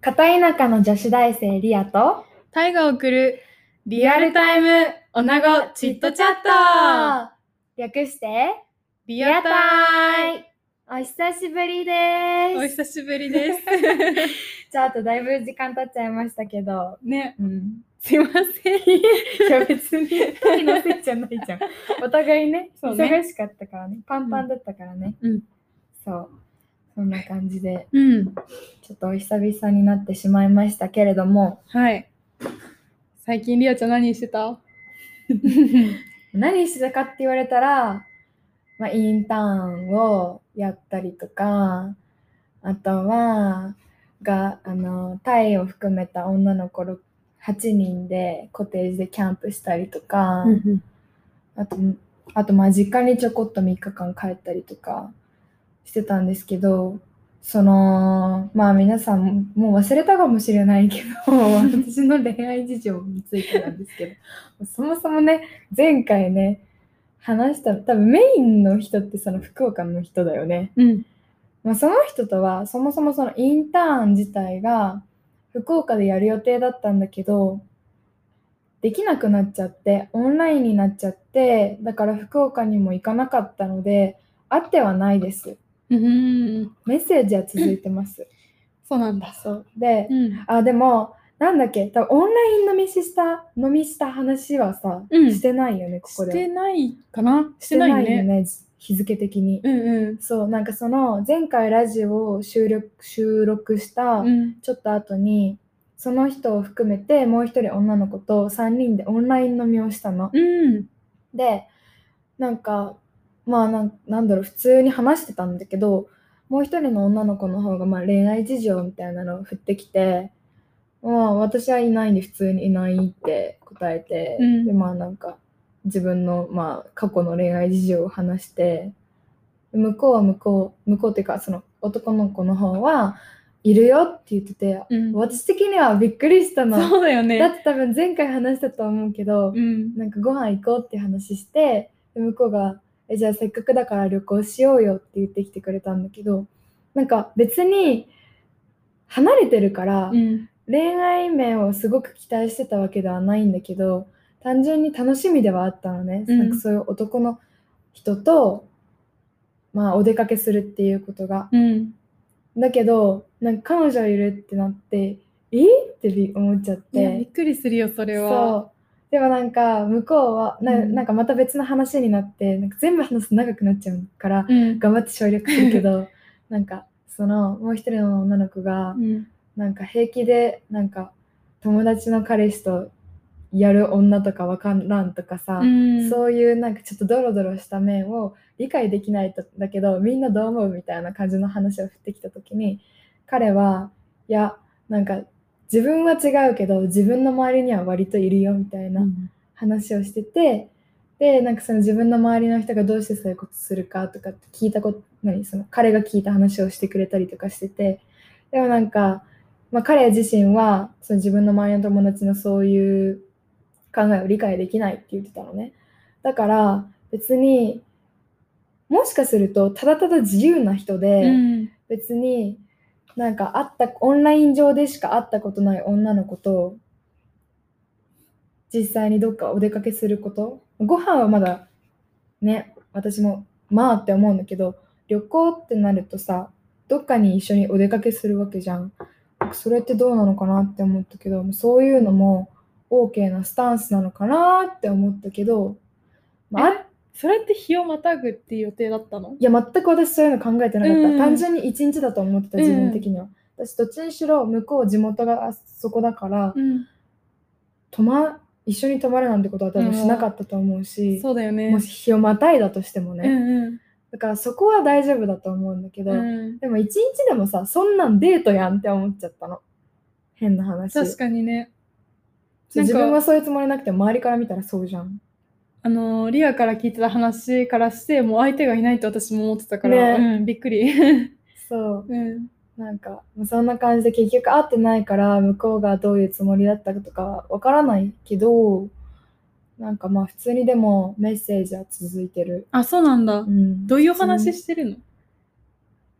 片田舎の女子大生リアとタイが送るリアルタイムおなごチットチャット略してリアタイイお久しぶりでおす久しぶりです。ちょっとだいぶ時間経っちゃいましたけど ね、うんすいません。いや別に二人のせいじゃないじゃん お互いねそうね忙しかったからねパンパンだったからね、うんそうそんな感じでうん。ちょっとお久々になってしまいましたけれどもはい。最近リアちゃん何してた何してたかって言われたら、まあ、インターンをやったりとかあとはがあのタイを含めた女の子ろ8人でコテージでキャンプしたりとか、あとあとまあ実家にちょこっと3日間帰ったりとかしてたんですけどそのまあ皆さんもう忘れたかもしれないけど私の恋愛事情についてなんですけどそもそもね前回ね話した多分メインの人ってその福岡の人だよね、うん。まあ、その人とはそもそもそのインターン自体が福岡でやる予定だったんだけどできなくなっちゃってオンラインになっちゃってだから福岡にも行かなかったので会ってはないですうん。メッセージは続いてますそうなんだ。そうでうん。あでもなんだっけ多分オンライン飲みした飲みした話はさ、うんしてないよねここしでてないかなしてないしてよね。ね日付的に、うんうそうなんかその前回ラジオを収録収録したん。うん。ちょっと後に、その人を含めてもう一人女の子と3人でオンライン飲みをしたの。うん。でなんかまあなんなんだろう普通に話してたんだけどもう一人の女の子の方がまあ恋愛事情みたいなのを振ってきて「まあ私はいないんで普通にいない」って答えて、うんでまあなんか自分のまあ過去の恋愛事情を話して向こうは向こう向こうっていうかその男の子の方はいるよって言っててうん私的にはびっくりしたの。そうだだよね。って多分前回話したと思うけど、うん。なんかご飯行こうって話してで向こうがえ「じゃあせっかくだから旅行しようよ」って言ってきてくれたんだけどなんか別に離れてるから、うん。恋愛面をすごく期待してたわけではないんだけど単純に楽しみではあったのね、うんなんかそういう男の人と、まあ、お出かけするっていうことが。うん。だけどなんか彼女いるってなって「えってび思っちゃっいや、てびっ。くりするよ、それは。そうでもなんか向こうはな,、うんん、なんかまた別の話になってなんか全部話すと長くなっちゃうからうん。頑張って省略するけ どなんかそのもう一人の女の子がうん。なんか平気でなんか友達の彼氏とやる女とかわからんとかさ、うん。そういうなんかちょっとドロドロした面を理解できないとだけどみんなどう思うみたいな感じの話を振ってきた時に彼はいやなんか自分は違うけど自分の周りには割といるよみたいなうん話をしててでなんかその自分の周りの人がどうしてそういうことするかとかって聞いたこと何その彼が聞いた話をしてくれたりとかしててでもなんか、まあ、彼自身はその自分の周りの友達のそういう考えを理解できないって言ってたのねだから別にもしかするとただただ自由な人で、うん。別になんか会ったオンライン上でしか会ったことない女の子と実際にどっかお出かけすることご飯はまだね私もまあって思うんだけど旅行ってなるとさどっかに一緒にお出かけするわけじゃんそれってどうなのかなって思ったけどそういうのも OK なスタンスなのかなって思ったけど、まあ、あっそれって日をまたぐっていう予定だったのいや全く私そういうの考えてなかった、うん単純に一日だと思ってたうん自分的には、私どっちにしろ向こう地元がそこだから、うん、泊ま一緒に泊まるなんてことは多分しなかったと思うし、そうだよね。もし日をまたいだとしてもうね、んだからそこは大丈夫だと思うんだけうど、ん、うん、でも一日でもさそんなんデートやんって思っちゃったの変な話確かにね。そうなん自か分はそういうつもりなくて周りから見たらそうじゃんあのーリアから聞いてた話からして、もう相手がいないと私も思ってたから、ねうん、びっくり。 そううん、なんかそんな感じで結局会ってないから向こうがどういうつもりだったかとかわからないけどなんかまあ普通にでもメッセージは続いてる、あ、そうなんだう。んどういうお話してるの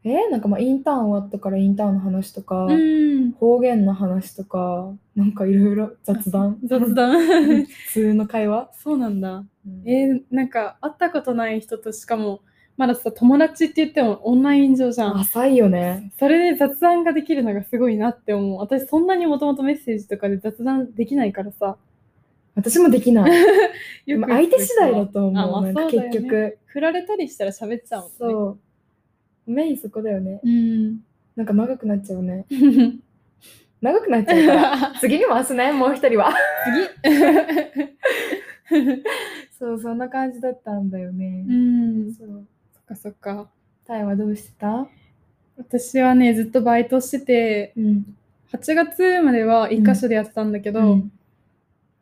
ええーなんかまあインターン終わったからインターンの話とか、うん。方言の話とか、なんかいろいろ雑談雑談。 普通の会話、そうなんだ。 ええーなんか会ったことない人としかも、まださ、友達って言ってもオンライン上じゃん。浅いよね。それで雑談ができるのがすごいなって思う。私そんなにもともとメッセージとかで雑談できないからさ。私もできない。 よまくあ相手次第だと思う。あまあなんかそうだよね結局。振られたりしたら喋っちゃうもんね。そう。メインそこだよね。うん。なんか長くなっちゃうね。長くなっちゃうから。次に回すね、もう一人は。次そう、そんな感じだったんだよね。うん。 そそう。っかそっか。タイはどうしてた私はね、ずっとバイトしてて、うん。 8月までは1箇所でやってたんだけど、うん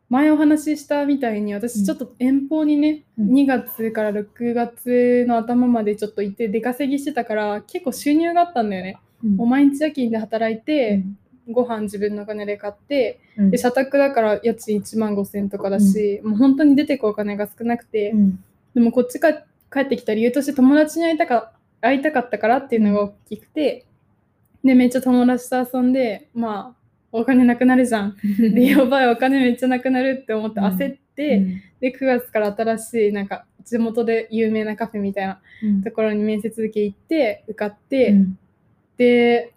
前お話ししたみたいにう私んちょっと遠方にね、うん2月から6月の頭までちょっと行って出稼ぎしてたから結構収入があったんだよね。うんもう毎日夜勤で働いて、うご飯自分のお金で買ってんで社宅だから家賃1万5千とかだし、もう本当に出てくお金が少なくて、 うんでもこっちか帰ってきた理由として友達に会いたか会いたかったからっていうのが大きくてでめっちゃ友達と遊んでまあお金なくなるじゃん。でやばいお金めっちゃなくなるって思ってうん焦って、で9月から新しいなんか地元で有名なカフェみたいなうんところに面接受け行って受かって、うんで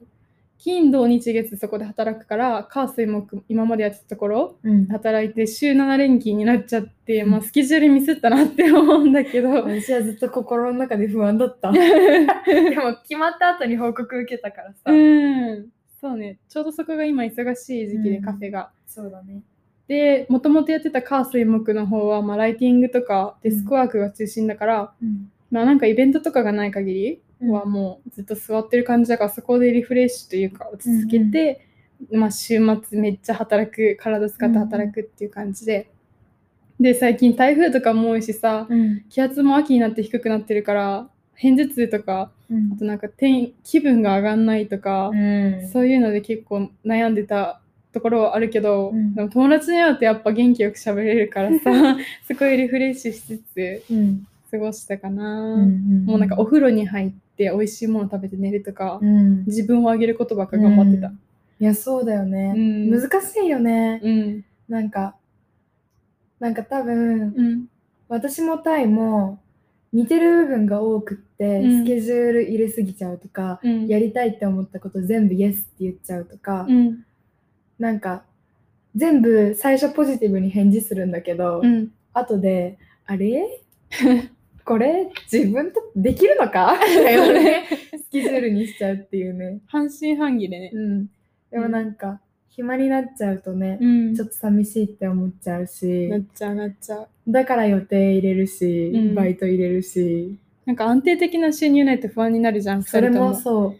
金土日月そこで働くから火水木今までやってたところうん働いて週7連勤になっちゃって、うんまあ、スケジュールミスったなって思うんだ けど私はずっと心の中で不安だった。でも決まった後に報告受けたからさうんそうねちょうどそこが今忙しい時期でうんカフェが。そうだね。でもともとやってた火水木の方は、まあ、ライティングとかデスクワークが中心だから、うん。まあなんかイベントとかがない限りうんはもうずっと座ってる感じだからそこでリフレッシュというか落ち着けて、まあ週末めっちゃ働く体使って働くっていう感じで、で最近台風とかも多いしさうん。気圧も秋になって低くなってるから偏頭痛とかあとなんか天気分が上がんないとか、そういうので結構悩んでたところはあるけど、うんでも友達に会うとやっぱ元気よく喋れるからさ そこでリフレッシュしつつうん。過ごしたかな。うん。もうなんかお風呂に入って美味しいもの食べて寝るとか、うん。自分をあげることばっか頑張ってたう。んいや、そうだようね。ん。難しいよね。うん。なんか、なんか多分、うん。私もタイも似てる部分が多くって、うスんケジュール入れすぎちゃうとか、うん。やりたいって思ったこと全部イエスって言っちゃうとか、うん。なんか、全部最初ポジティブに返事するんだけど、うん。後で、あ れこれ自分とできるの かみたいなね、スケジュールにしちゃうっていうね。半信半疑でね。うん。でもなんか、暇になっちゃうとね、うんちちょょっっと寂しいって思っちゃうしと、なっちゃうなっちゃう。だから予定入れるし、うんバイト入れるし、なんか安定的な収入ないと不安になるじゃん、それも二人とそう、お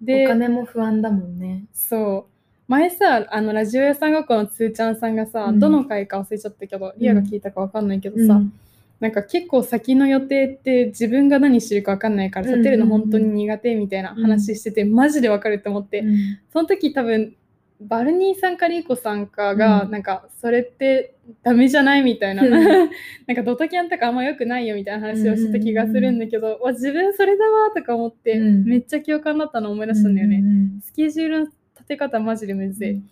で、金も不安だもんね。そう。前さ、あの、ラジオ屋さん学校のつーちゃんさんがさ、うんどの回か忘れちゃったけど、リアが聞いたかわかんないけどさ、うんなんか結構先の予定って自分が何してるか分かんないから、うん立てるの本当に苦手みたいな話してて、マジで分かると思って、うんその時多分バルニーさんかリーコさんかが、うんなんかそれってダメじゃないみたいなうん なんかドタキャンとかあんま良くないよみたいな話をしてた気がするんだけど、わ自分それだわとか思って、うんめっちゃ共感だったの思い出したんだよね、うんうんスケジュールの立て方マジでむずい、うん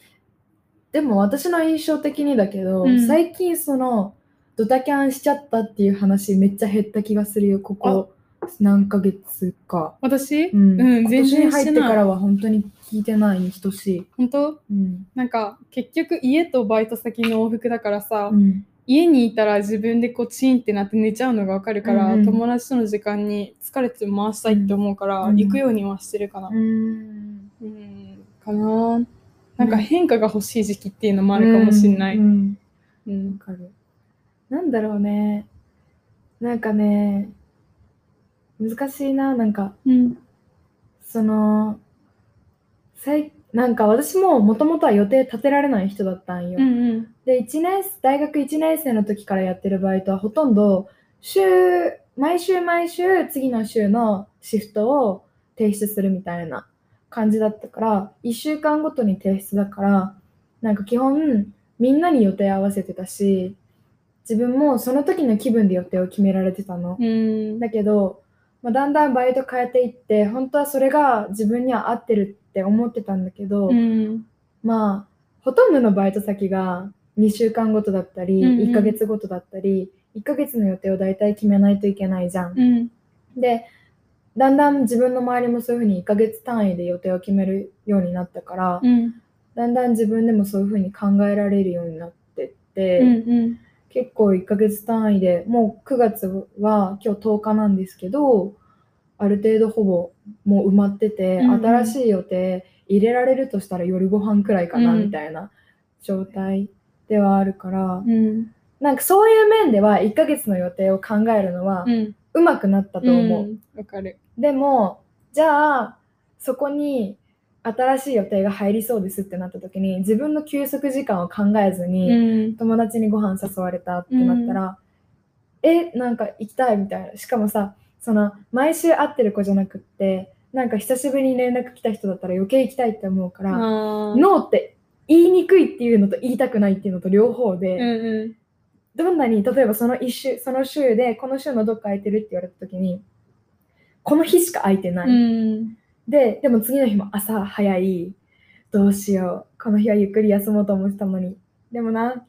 でも私の印象的にだけど、うん最近そのドタキャンしちゃったっていう話めっちゃ減った気がするよここ何ヶ月か、私、うんうん今全年然にし入てってかないらは本当に聞いてないに等しい、本当うんなんか結局家とバイト先の往復だからさ、うん家にいたら自分でこうチーンってなって寝ちゃうのが分かるから、うんうん友達との時間に疲れても回したいって思うから、うん行くようにはしてるかな。うん、うん、かな。なんか変化が欲しい時期っていうのもあるかもしんない。ううんんうんわかるなんだろうねなんかね難しいななんかうんその最なんか私ももともとは予定立てられない人だったんよ、うんで1年大学1年生の時からやってるバイトはほとんど週毎週毎週次の週のシフトを提出するみたいな感じだったから1週間ごとに提出だからなんか基本みんなに予定合わせてたし自分もその時の気分で予定を決められてたの。うんだけどまあ、だんだんバイト変えていって本当はそれが自分には合ってるって思ってたんだけど、うんまあほとんどのバイト先が2週間ごとだったり、うんうん1ヶ月ごとだったり1ヶ月の予定を大体決めないといけないじゃん。うんでだんだん自分の周りもそういうふうに1ヶ月単位で予定を決めるようになったから、うんだんだん自分でもそういうふうに考えられるようになってって、うん結構1ヶ月単位でもう9月は今日10日なんですけどある程度ほぼもう埋まってて、うんうん新しい予定入れられるとしたら夜ご飯くらいかなうんみたいな状態ではあるから、うんなんかそういう面では1ヶ月の予定を考えるのはうんうまくなったと思う。んわかるでもじゃあそこに新しい予定が入りそうですってなった時に自分の休息時間を考えずに、うん友達にご飯誘われたってなったら、えなんか行きたいみたいなしかもさその毎週会ってる子じゃなくってなんか久しぶりに連絡来た人だったら余計行きたいって思うから、あーノーって言いにくいっていうのと言いたくないっていうのと両方で、うんうんどんなに例えばその一週その週でこの週のどっか空いてるって言われた時にこの日しか空いてない、うんででも次の日も朝早いどうしようこの日はゆっくり休もうと思ってたのにでも な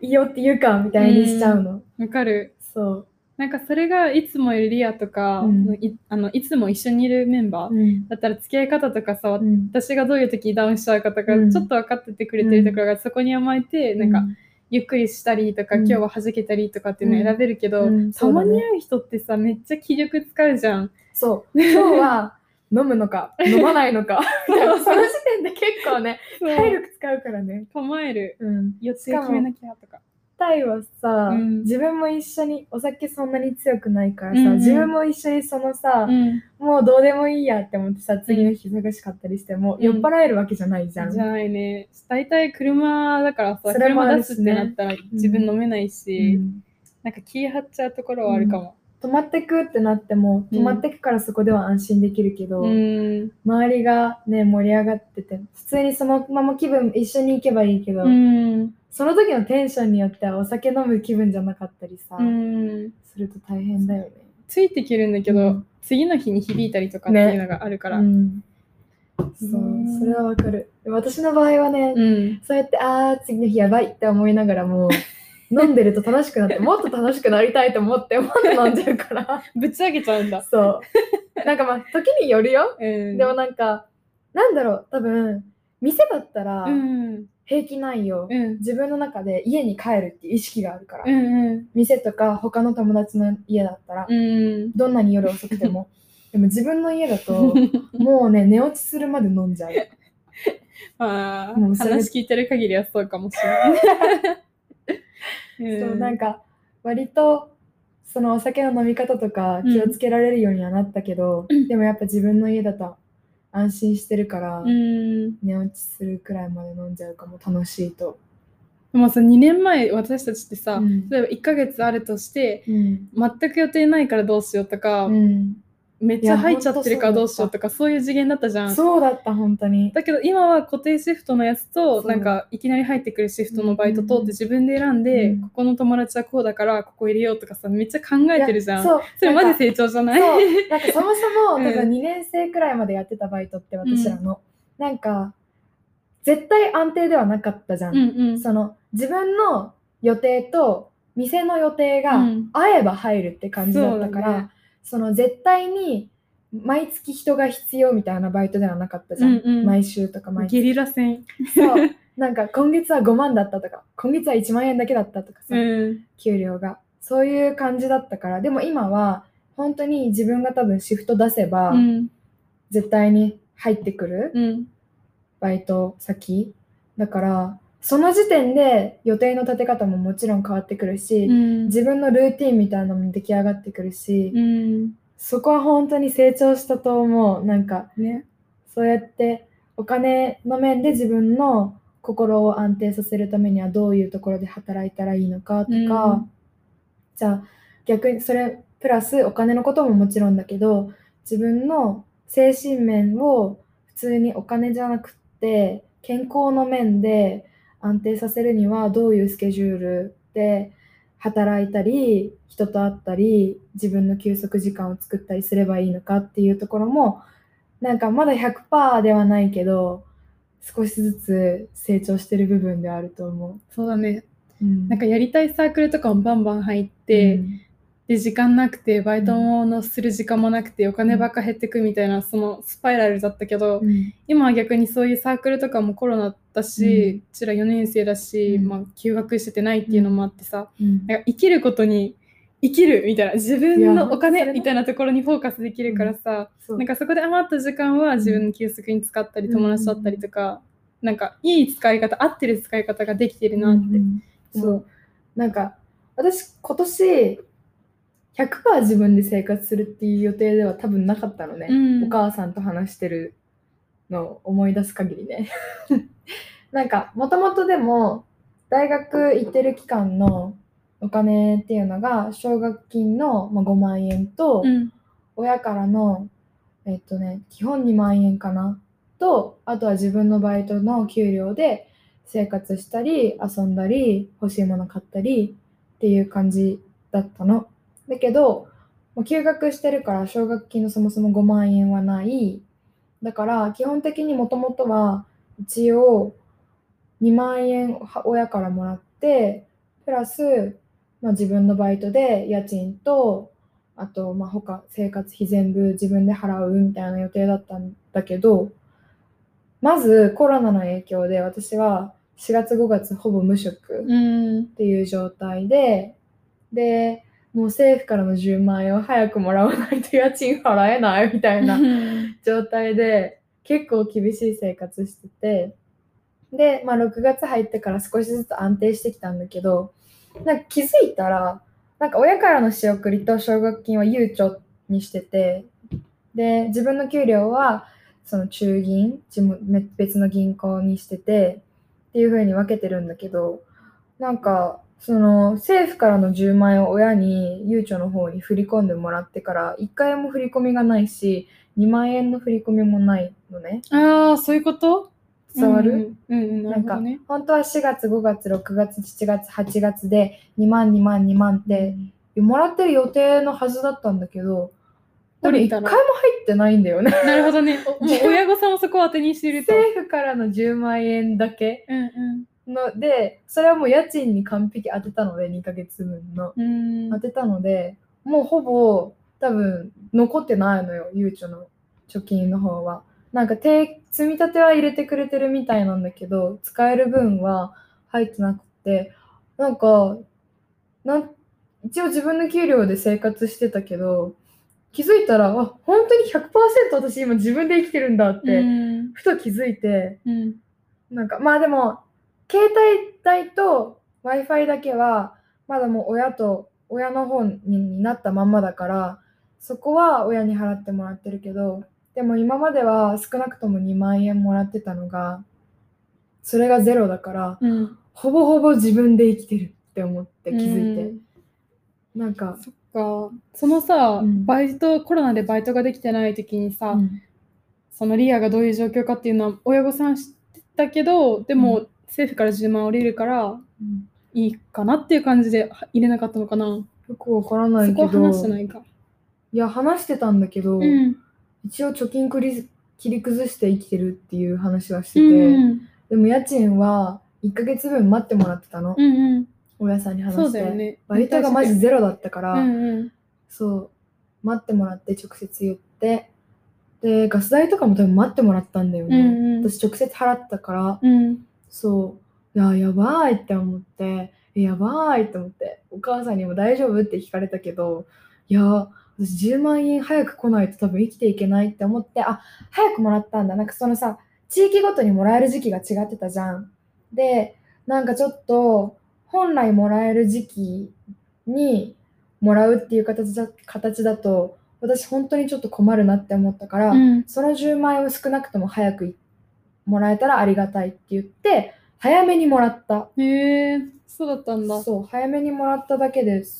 いいよって言うかみたいにしちゃうの、わかるそう、なんかそれがいつもいるリアとかうんいあのいつも一緒にいるメンバーうんだったら付き合い方とかさうん、私がどういう時ダウンしちゃうかとか、うんちょっと分かっててくれてるところがそこに甘えて、なんかゆっくりしたりとか、うん今日は弾けたりとかっていうのを選べるけど、うんうんたまそうにだ会う人ってさめっちゃ気力使うじゃん。そう今日は飲むの か飲まないのかみたいなその時点で結構ね体そう力使うからね、構えるうん、予定決めなきゃとか。タイはさ、うん自分も一緒にお酒そんなに強くないからさ、うんうん自分も一緒にそのさ、うん、もうどうでもいいやって思ってさ次の日忙しかったりしても、うん酔っ払えるわけじゃないじじゃゃん。ないね大体車だからさそれもあ車る出しすねってなったら自分飲めないし、うんなんか気張っちゃうところはあるかも。止まってくってなってもうん止まってくからそこでは安心できるけど、うん周りがね盛り上がってて普通にそのまま気分一緒に行けばいいけど、うんその時のテンションによってはお酒飲む気分じゃなかったりさ、うんすると大変だよね。ついてきるんだけど、うん次の日に響いたりとかっていうのがあるから。うんそううんそれはわかる私の場合はね、うんそうやってあー次の日やばいって思いながら も飲んでると楽しくなってもっと楽しくなりたいと思ってもっと飲んじゃうから ぶち上げちゃうんだ。そうなんかまあ時によるようん、でもなんか、なんだろう、多分店だったらうん平気ないよ。うん自分の中で家に帰るっていう意識があるから、うん店とか他の友達の家だったら、うんどんなに夜遅くて も。でも自分の家だと、もうね、寝落ちするまで飲んじゃう。ああもうそれ話聞いてる限りはそうかもしれない。そうなんか、か、割と、そのお酒の飲み方とか気をつけられるようにはなったけど、でもやっぱ自分の家だと安心してるから、うん、寝落ちするくらいまで飲んじゃうかも楽しいと。もうさ2年前私たちってさ、うん例えば1ヶ月あるとしてうん全く予定ないからどうしようとか、うんめっちゃ入っちゃってるからどうしようとかそういう次元だったじゃん。そうだった本当にだけど今は固定シフトのやつとそうなんかいきなり入ってくるシフトのバイトとうんって自分で選んで、うんここの友達はこうだからここ入れようとかさめっちゃ考えてるじゃん。いやそうそれマなんかジ成長じゃないそうなんかそもそも、 うん多分2年生くらいまでやってたバイトって私らの、なんか絶対安定ではなかったじゃん、 うんうんその自分の予定と店の予定うがん合えば入るって感じだったから、そそうだねの絶対に毎月人が必要みたいなバイトではなかったじゃん、うんうん毎週とか 毎月ゲリラ戦。そうなんか今月は5万だったとか今月は1万円だけだったとかさ、うん給料がそういう感じだったからでも今は本当に自分が多分シフト出せば、うん絶対に入ってくるうんバイト先だからその時点で予定の立て方ももちろん変わってくるし、うん自分のルーティンみたいなのも出来上がってくるし、うんそこは本当に成長したと思うなんかねそうやってお金の面で自分の心を安定させるためにはどういうところで働いたらいいのかとか、うんじゃあ逆にそれプラスお金のことももちろんだけど自分の精神面を普通にお金じゃなくって健康の面で安定させるにはどういうスケジュールで働いたり人と会ったり自分の休息時間を作ったりすればいいのかっていうところもなんかまだ100%ではないけど少しずつ成長してる部分ではあると思そうだねう。うんなんかやりたいサークルとかもバンバン入って、うんで時間なくてバイトものする時間もなくてお金ばっか減ってくみたいなそのスパイラルだったけど、うん今は逆にそういうサークルとかもコロナだし、うちら4年生だし、うんまあ、休学しててないっていうのもあってさ、うんなんか生きることに生きるみたいな自分いやのお金それねみたいなところにフォーカスできるからさ、そうなんかそこで余った時間は自分の休息に使ったりうん友達だったりとか、なんかいい使い方合ってる使い方ができてるなって。うんうんそうなんか私今年100%自分で生活するっていう予定では多分なかったのね、うんお母さんと話してるのを思い出す限りね なんかもともとでも大学行ってる期間のお金っていうのが奨学金のまあ5万円と、うん親からのえっとね基本2万円かなとあとは自分のバイトの給料で生活したり遊んだり欲しいもの買ったりっていう感じだったの。だけどもう休学してるから奨学金のそもそも5万円はないだから基本的にもともとは一応2万円は親からもらってプラス、まあ、自分のバイトで家賃とあと、まあ、他生活費全部自分で払うみたいな予定だったんだけどまずコロナの影響で私は4月5月ほぼ無職うっんていう状態ででもう政府からの10万円を早くもらわないと家賃払えないみたいな 状態で結構厳しい生活しててで、まあ、6月入ってから少しずつ安定してきたんだけどなんか気づいたらなんか親からの仕送りと奨学金は悠長にしててで自分の給料はその中銀自分別の銀行にしててっていう風に分けてるんだけどなんかその政府からの10万円を親にゆうちょの方に振り込んでもらってから1回も振り込みがないし2万円の振り込みもないのねああそういうこと伝わる、うんうん、ななるんほどかね。本当は4月5月6月7月8月で2万2万2万ってもらってる予定のはずだったんだけどこれ取れ1た回らも入ってないんだよね なるほどね。おもう親御さんをそこを当てにしていると。政府からの10万円だけうんうのでそれはもう家賃に完璧当てたので2ヶ月分のん。う当ん。てたのでもうほぼ多分残ってないのよゆうちょの貯金の方はなんか定積み立ては入れてくれてるみたいなんだけど使える分は入ってなくてなんかなん一応自分の給料で生活してたけど気づいたらあ本当に100%私今自分で生きてるんだって、うん。ふと気づいてうん。なんかまあでも携帯代と w i f i だけはまだもう親と親の方にになったまんまだからそこは親に払ってもらってるけどでも今までは少なくとも2万円もらってたのがそれがゼロだからうん。ほぼほぼ自分で生きてるって思って気づいて、なんか、そっか。そのさ、うんバイト、コロナでバイトができてない時にさ、うんそのリアがどういう状況かっていうのは親御さん知ってたけど、でも、う政府から10万降りるからいいかなっていう感じでは入れなかったのかな。よくわからないそけこどは話してないか。いや話してたんだけど、うん。一応貯金くり切り崩して生きてるっていう話はしてて。うん。でも家賃は1ヶ月分待ってもらってたの、うんお親さんにう話ん。してそうだよね。バイトがマジゼロだったから、うんうん。そう待ってもらって直接言ってでガス代とかも多分待ってもらったんだようね、んうん。私直接払ったからうん。そういややばいって思ってえやばいって思ってお母さんにも大丈夫って聞かれたけどいや私10万円早く来ないと多分生きていけないって思ってあ早くもらったんだなんかそのさ地域ごとにもらえる時期が違ってたじゃんでなんかちょっと本来もらえる時期にもらうっていう形だ形だと私本当にちょっと困るなって思ったから、うん。その10万円を少なくとも早くもらえたらありがたいって言って早めにもらったへえそうだったんだ。そう早めにもらっただけで、んそ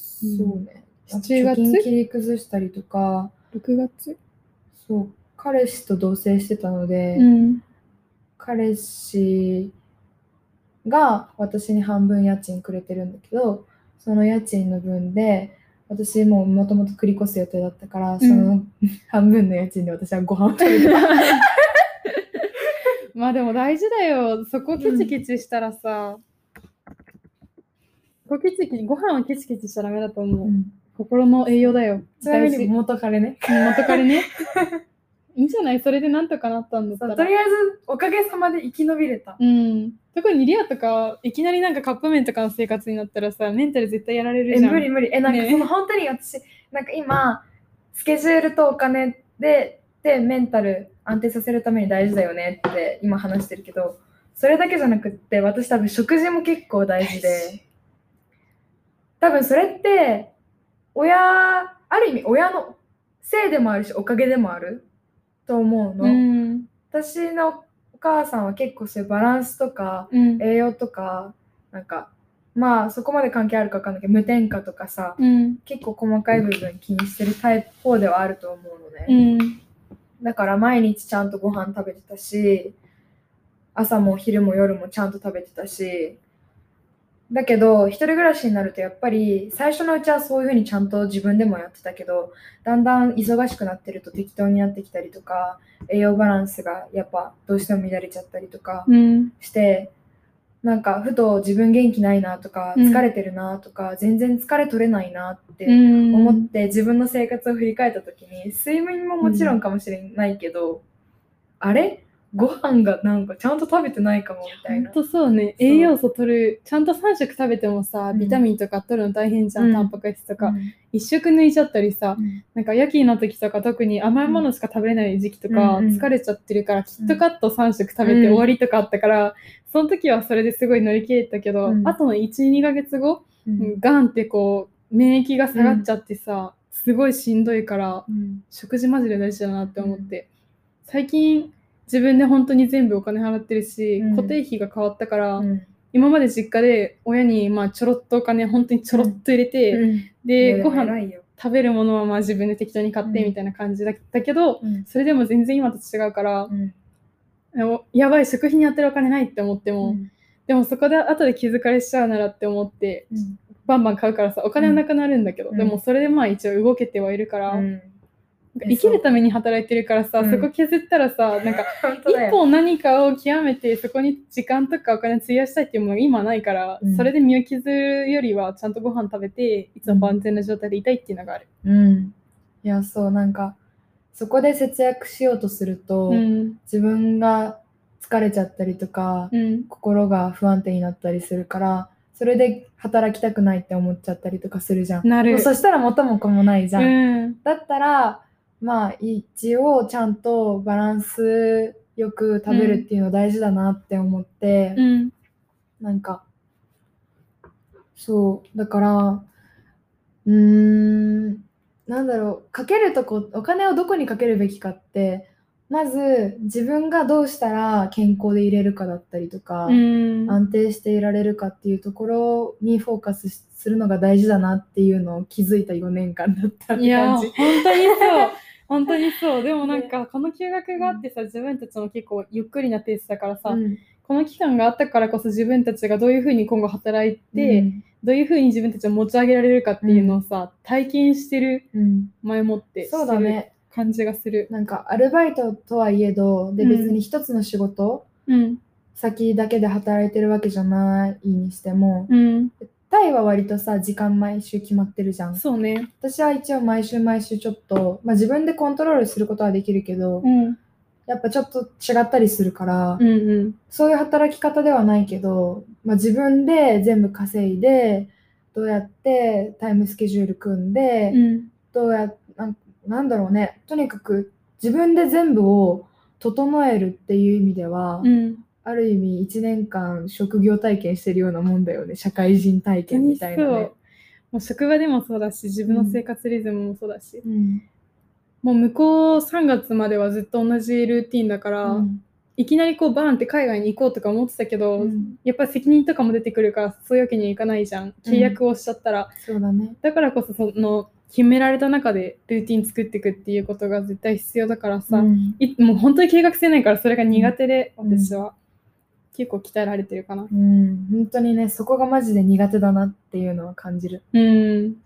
うねあと7月貯金切り崩したりとか6月そう彼氏と同棲してたので、うん。彼氏が私に半分家賃くれてるんだけどその家賃の分で私ももともと繰り越す予定だったから、そうんの半分の家賃で私はご飯を食べてたまあでも大事だよ。そこケチケチしたらさ、そこケチケチ、ご飯はケチケチしちゃダメだと 思う。うん心の栄養だよ。ちなみ大に事元彼ね元 彼ね。いいんじゃないそれでなんとかなったんだっそたうら。とりあえずおかげさまで生き延びれたうん。特にリアとか、いきなりなんかカップ麺とかの生活になったらさ、メンタル絶対やられるえじゃん。無理無理えなんかねその本当に私なんか今スケジュールとお金ででメンタル安定させるために大事だよねって今話してるけどそれだけじゃなくって私多分食事も結構大事大で多分それって親ある意味親のせいでもあるしおかげでもあると思うの、うん。私のお母さんは結構そういうバランスとかうん。栄養とかなんかまあそこまで関係あるかわかんないけど無添加とかさうん。結構細かい部分気にしてるタイプ方ではあると思うのうね、ん。だから毎日ちゃんとご飯食べてたし朝も昼も夜もちゃんと食べてたしだけど一人暮らしになるとやっぱり最初のうちはそういうふうにちゃんと自分でもやってたけどだんだん忙しくなってると適当になってきたりとか栄養バランスがやっぱどうしても乱れちゃったりとか、うん。してなんかふと自分元気ないなとかうん疲れてるなとか、全然疲れ取れないなってうん。思って自分の生活を振り返った時に睡眠ももちろんかもしれないけど、あれご飯がなんかちゃんと食べてないかもみたい本な。当そうねそう栄養素取るちゃんと3食食べてもさうんビタミンとか取るの大変じゃん、うんタンパク質とか、うん一食抜いちゃったりさうんなんか夜勤の時とか特に甘いものしか食べれない時期とか、うんうん疲れちゃってるからキットカット3食食べて終わりとかあったから、その時はそれですごい乗り切れたけど、うんあとの12ヶ月後、うんガンってこう免疫が下がっちゃってさ、すごいしんどいからうん食事マジで大事だなって思って、最近自分で本当に全部お金払ってるし、うん固定費が変わったから、うん今まで実家で親にまあちょろっとお金本当にちょろっと入れて、でご飯偉いよ食べるものはまあ自分で適当に買ってうんみたいな感じだったけど、うんそれでも全然今と違うから、うんおやばい食費に当てるお金ないって思っても、でもそこで後で気づかれしちゃうならって思ってうんバンバン買うからさお金はなくなるんだけど、うんでもそれでまあ一応動けてはいるから、うんなんか生きるために働いてるからさ、うんそこ削ったらさな んか本当だよ一本何かを極めてそこに時間とかお金費やしたいっていうのも今ないから、うんそれで身を削るよりはちゃんとご飯食べていつも万全な状態でいたいっていうのがある。うんいやそうなんかそこで節約しようとすると、うん自分が疲れちゃったりとか、うん心が不安定になったりするからそれで働きたくないって思っちゃったりとかするじゃん。なる。そしたら元も子もないじゃん。うんだったらまあ一応ちゃんとバランスよく食べるっていうの大事だなって思って、うんなんかそうだからうーんなんだろうかけるとこお金をどこにかけるべきかってまず自分がどうしたら健康でいれるかだったりとか、うん安定していられるかっていうところにフォーカスしするのが大事だなっていうのを気づいた4年間だったっいてや感じ本。当にそう 本当にそうでもなんかこの休学があってさ自分たちも結構ゆっくりなペースだからさ、うんこの期間があったからこそ自分たちがどういうふうに今後働いて、どういうふうに自分たちを持ち上げられるかっていうのをさ、体験してるうんうん前もってそうだしてるね感じがする。なんかアルバイトとはいえどでうん別に一つの仕事、うん先だけで働いてるわけじゃないにしても、うん、タイは割とさ時間毎週決まってるじゃんそうね。私は一応毎週毎週ちょっと、まあ、自分でコントロールすることはできるけど、うん、やっぱちょっと違ったりするから、うん、うん、そういう働き方ではないけど、まあ、自分で全部稼いでどうやってタイムスケジュール組んで、うん、どうやなんなんだろうねとにかく自分で全部を整えるっていう意味では、うん、ある意味1年間職業体験してるようなもんだよね社会人体験みたいなそうね。もう職場でもそうだし、自分の生活リズムもそうだし、うんもう向こう3月まではずっと同じルーティンだから、うんいきなりこうバーンって海外に行こうとか思ってたけど、うんやっぱり責任とかも出てくるから、そういうわけにはいかないじゃん。契約をしちゃったら、そうだね。だからこそその決められた中でルーティン作っていくっていうことが絶対必要だからさ、うんいもう本当に計画性ないからそれが苦手で、うん私は。結構鍛えられてるかな。うん、本当にね、そこがマジで苦手だなっていうのは感じる。うん。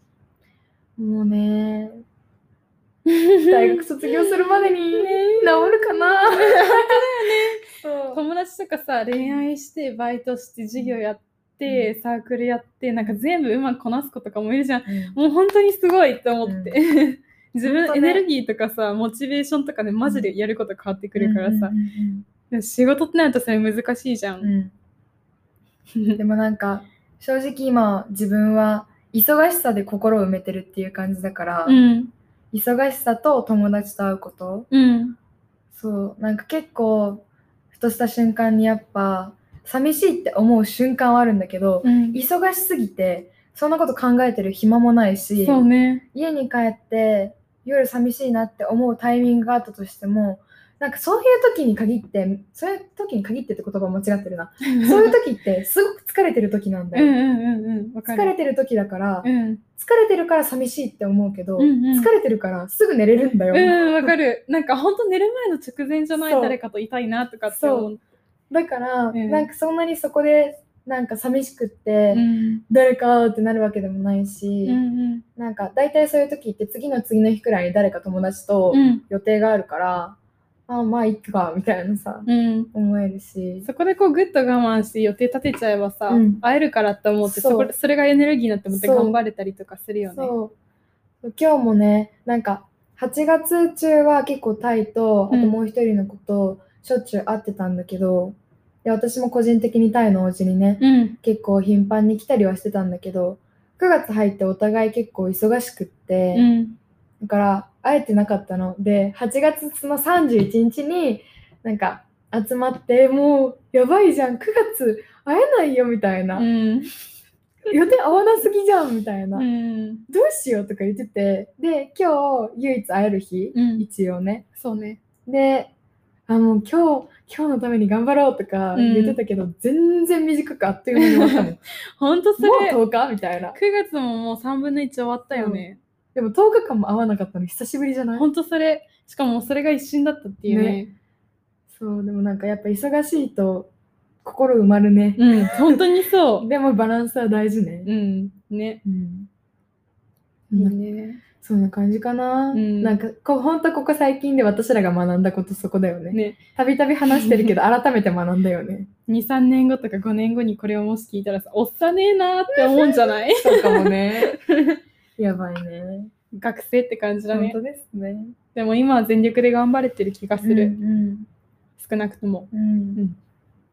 もう ね、大学卒業するまでに治るかな。そう友達とかさ恋愛してバイトして授業やって、サークルやってなんか全部うまくこなす子とかもいるじゃんうんもう本当にすごいって思って、 自分本当エねネルギーとかさモチベーションとかねマジでやること変わってくるからさ、うんうんでも仕事ってなるとそれ難しいじゃん、うんうんでもなんか、正直今自分は忙しさで心を埋めてるっていう感じだから、うん忙しさと友達と会うこと、うんそう、なんか結構、ふとした瞬間にやっぱ、寂しいって思う瞬間はあるんだけど、うん忙しすぎて、そんなこと考えてる暇もないし、そうね家に帰って、夜寂しいなって思うタイミングがあったとしても、なんかそういう時に限って、そういう時に限ってって言葉間違ってるな。そうそういう時って、すごく疲れてる時なんだ うんよ。うんうんうんわか疲るれてる時だから、うん疲れてるから寂しいって思うけど、うんうん疲れてるからすぐ寝れるんだよ。うんわかるなんか本当寝る前の直前じゃないそう誰かといたいなとかって思うだから、うんなんかそんなにそこでなんか寂しくって、うん誰かってなるわけでもないし、うんうんなんか大体そういう時って次の次の日くらいに誰か友達とうん予定があるから、あまあいっかみたいなさうん思えるしそこでこうグッと我慢して予定立てちゃえばさ、うん会えるからって思ってそそうこそれがエネルギーになって思ってそう頑張れたりとかするよね。そう今日もねなんか8月中は結構タイとあとうんもう一人の子としょっちゅう会ってたんだけど、で私も個人的にタイのお家にね、うん結構頻繁に来たりはしてたんだけど9月入ってお互い結構忙しくって、うんだから会えてなかったので8月の31日になんか集まってもうやばいじゃん9月会えないよみたいな、うん予定合わなすぎじゃんみたいな、うんどうしようとか言っててで今日唯一会える日、うん一応ねそうね。であもう今日今日のために頑張ろうとか言ってたけど、全然短くあっという間に終わったもんもほん とそうれ9 10日みたいな月ももう3分の1終わったよね。でも10日間も会わなかったの久しぶりじゃないほんとそれしかもそれが一瞬だったっていうね。そうでもなんかやっぱ忙しいと心埋まるね、うん本当にそでもバランスは大事ね う。うんね。うん、いいうんね。そんな感じかな、うんなんかこうほんとここ最近で私らが学んだことそこだよねねたびたび話して るけど改めて学んだよね23年後とか5年後にこれをもし聞いたらさおっさねえなーって思うんじゃ ないそうかも ねやばいね学生って感じだ本ね。当ですねでも今は全力で頑張れてる気がする。うん少なくとも。うんうんうん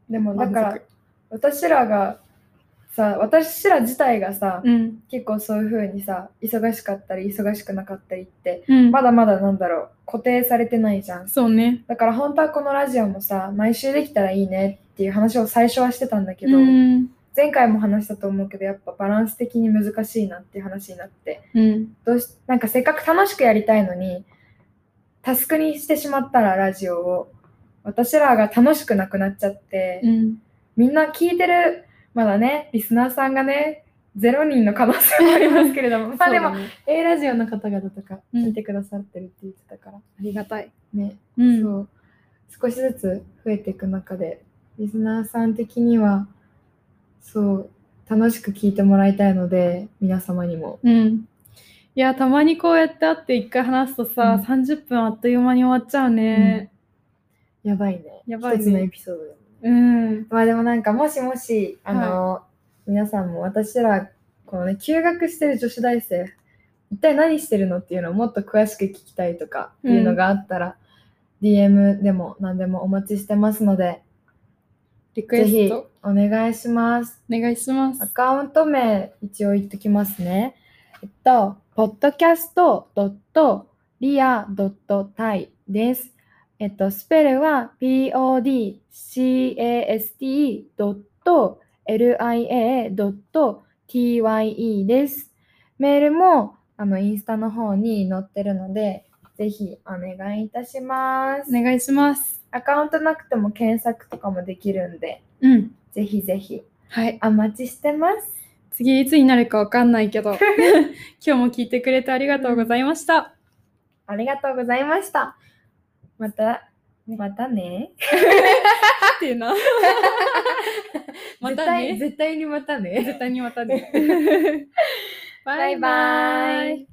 でもだ満足から私らがさ私ら自体がさ、うん。結構そういう風にさ忙しかったり忙しくなかったりってうん。まだまだなんだろう固定されてないじゃん。そうね。だから本当はこのラジオもさ毎週できたらいいねっていう話を最初はしてたんだけど、うん。前回も話したと思うけどやっぱバランス的に難しいなっていう話になってうん。どうしなんかせっかく楽しくやりたいのにタスクにしてしまったらラジオを私らが楽しくなくなっちゃって、うん。みんな聞いてるまだねリスナーさんがね0人の可能性もありますけれどもまあでも、そうだね A ラジオの方々とか聞いてくださってるって言ってたから、ありがたい。ね、うん。そう少しずつ増えていく中でリスナーさん的にはそう楽しく聞いてもらいたいので皆様にも、うん。いや、たまにこうやって会って一回話すとさ、う30分あっという間に終わっちゃうね。やばいねやばいね一つのエピソードでもうん。まあでもなんかもしもしあの、皆さんも私らこのね休学してる女子大生一体何してるのっていうのをもっと詳しく聞きたいとかいうのがあったら、DM でも何でもお待ちしてますのでリクぜエスひトお願いします。お願いしまアす。カウント名一応言っときますね。えっと、podcast.ria.tai です。えっと、スペルは podcast.lia.tye です。メールもあのインスタの方に載ってるので、ぜひお願いいたしますお。願いします。アカウントなくても検索とかもできるんで、うん。ぜひぜひはい。お待ちしてます。次いつになるかわかんない けど、今日も聞いてくれてありがとうございました。ありがとうございました。また、またね。っっていう な。ま絶た対 ね。絶対にまたね。絶対にまたね。バイバイ。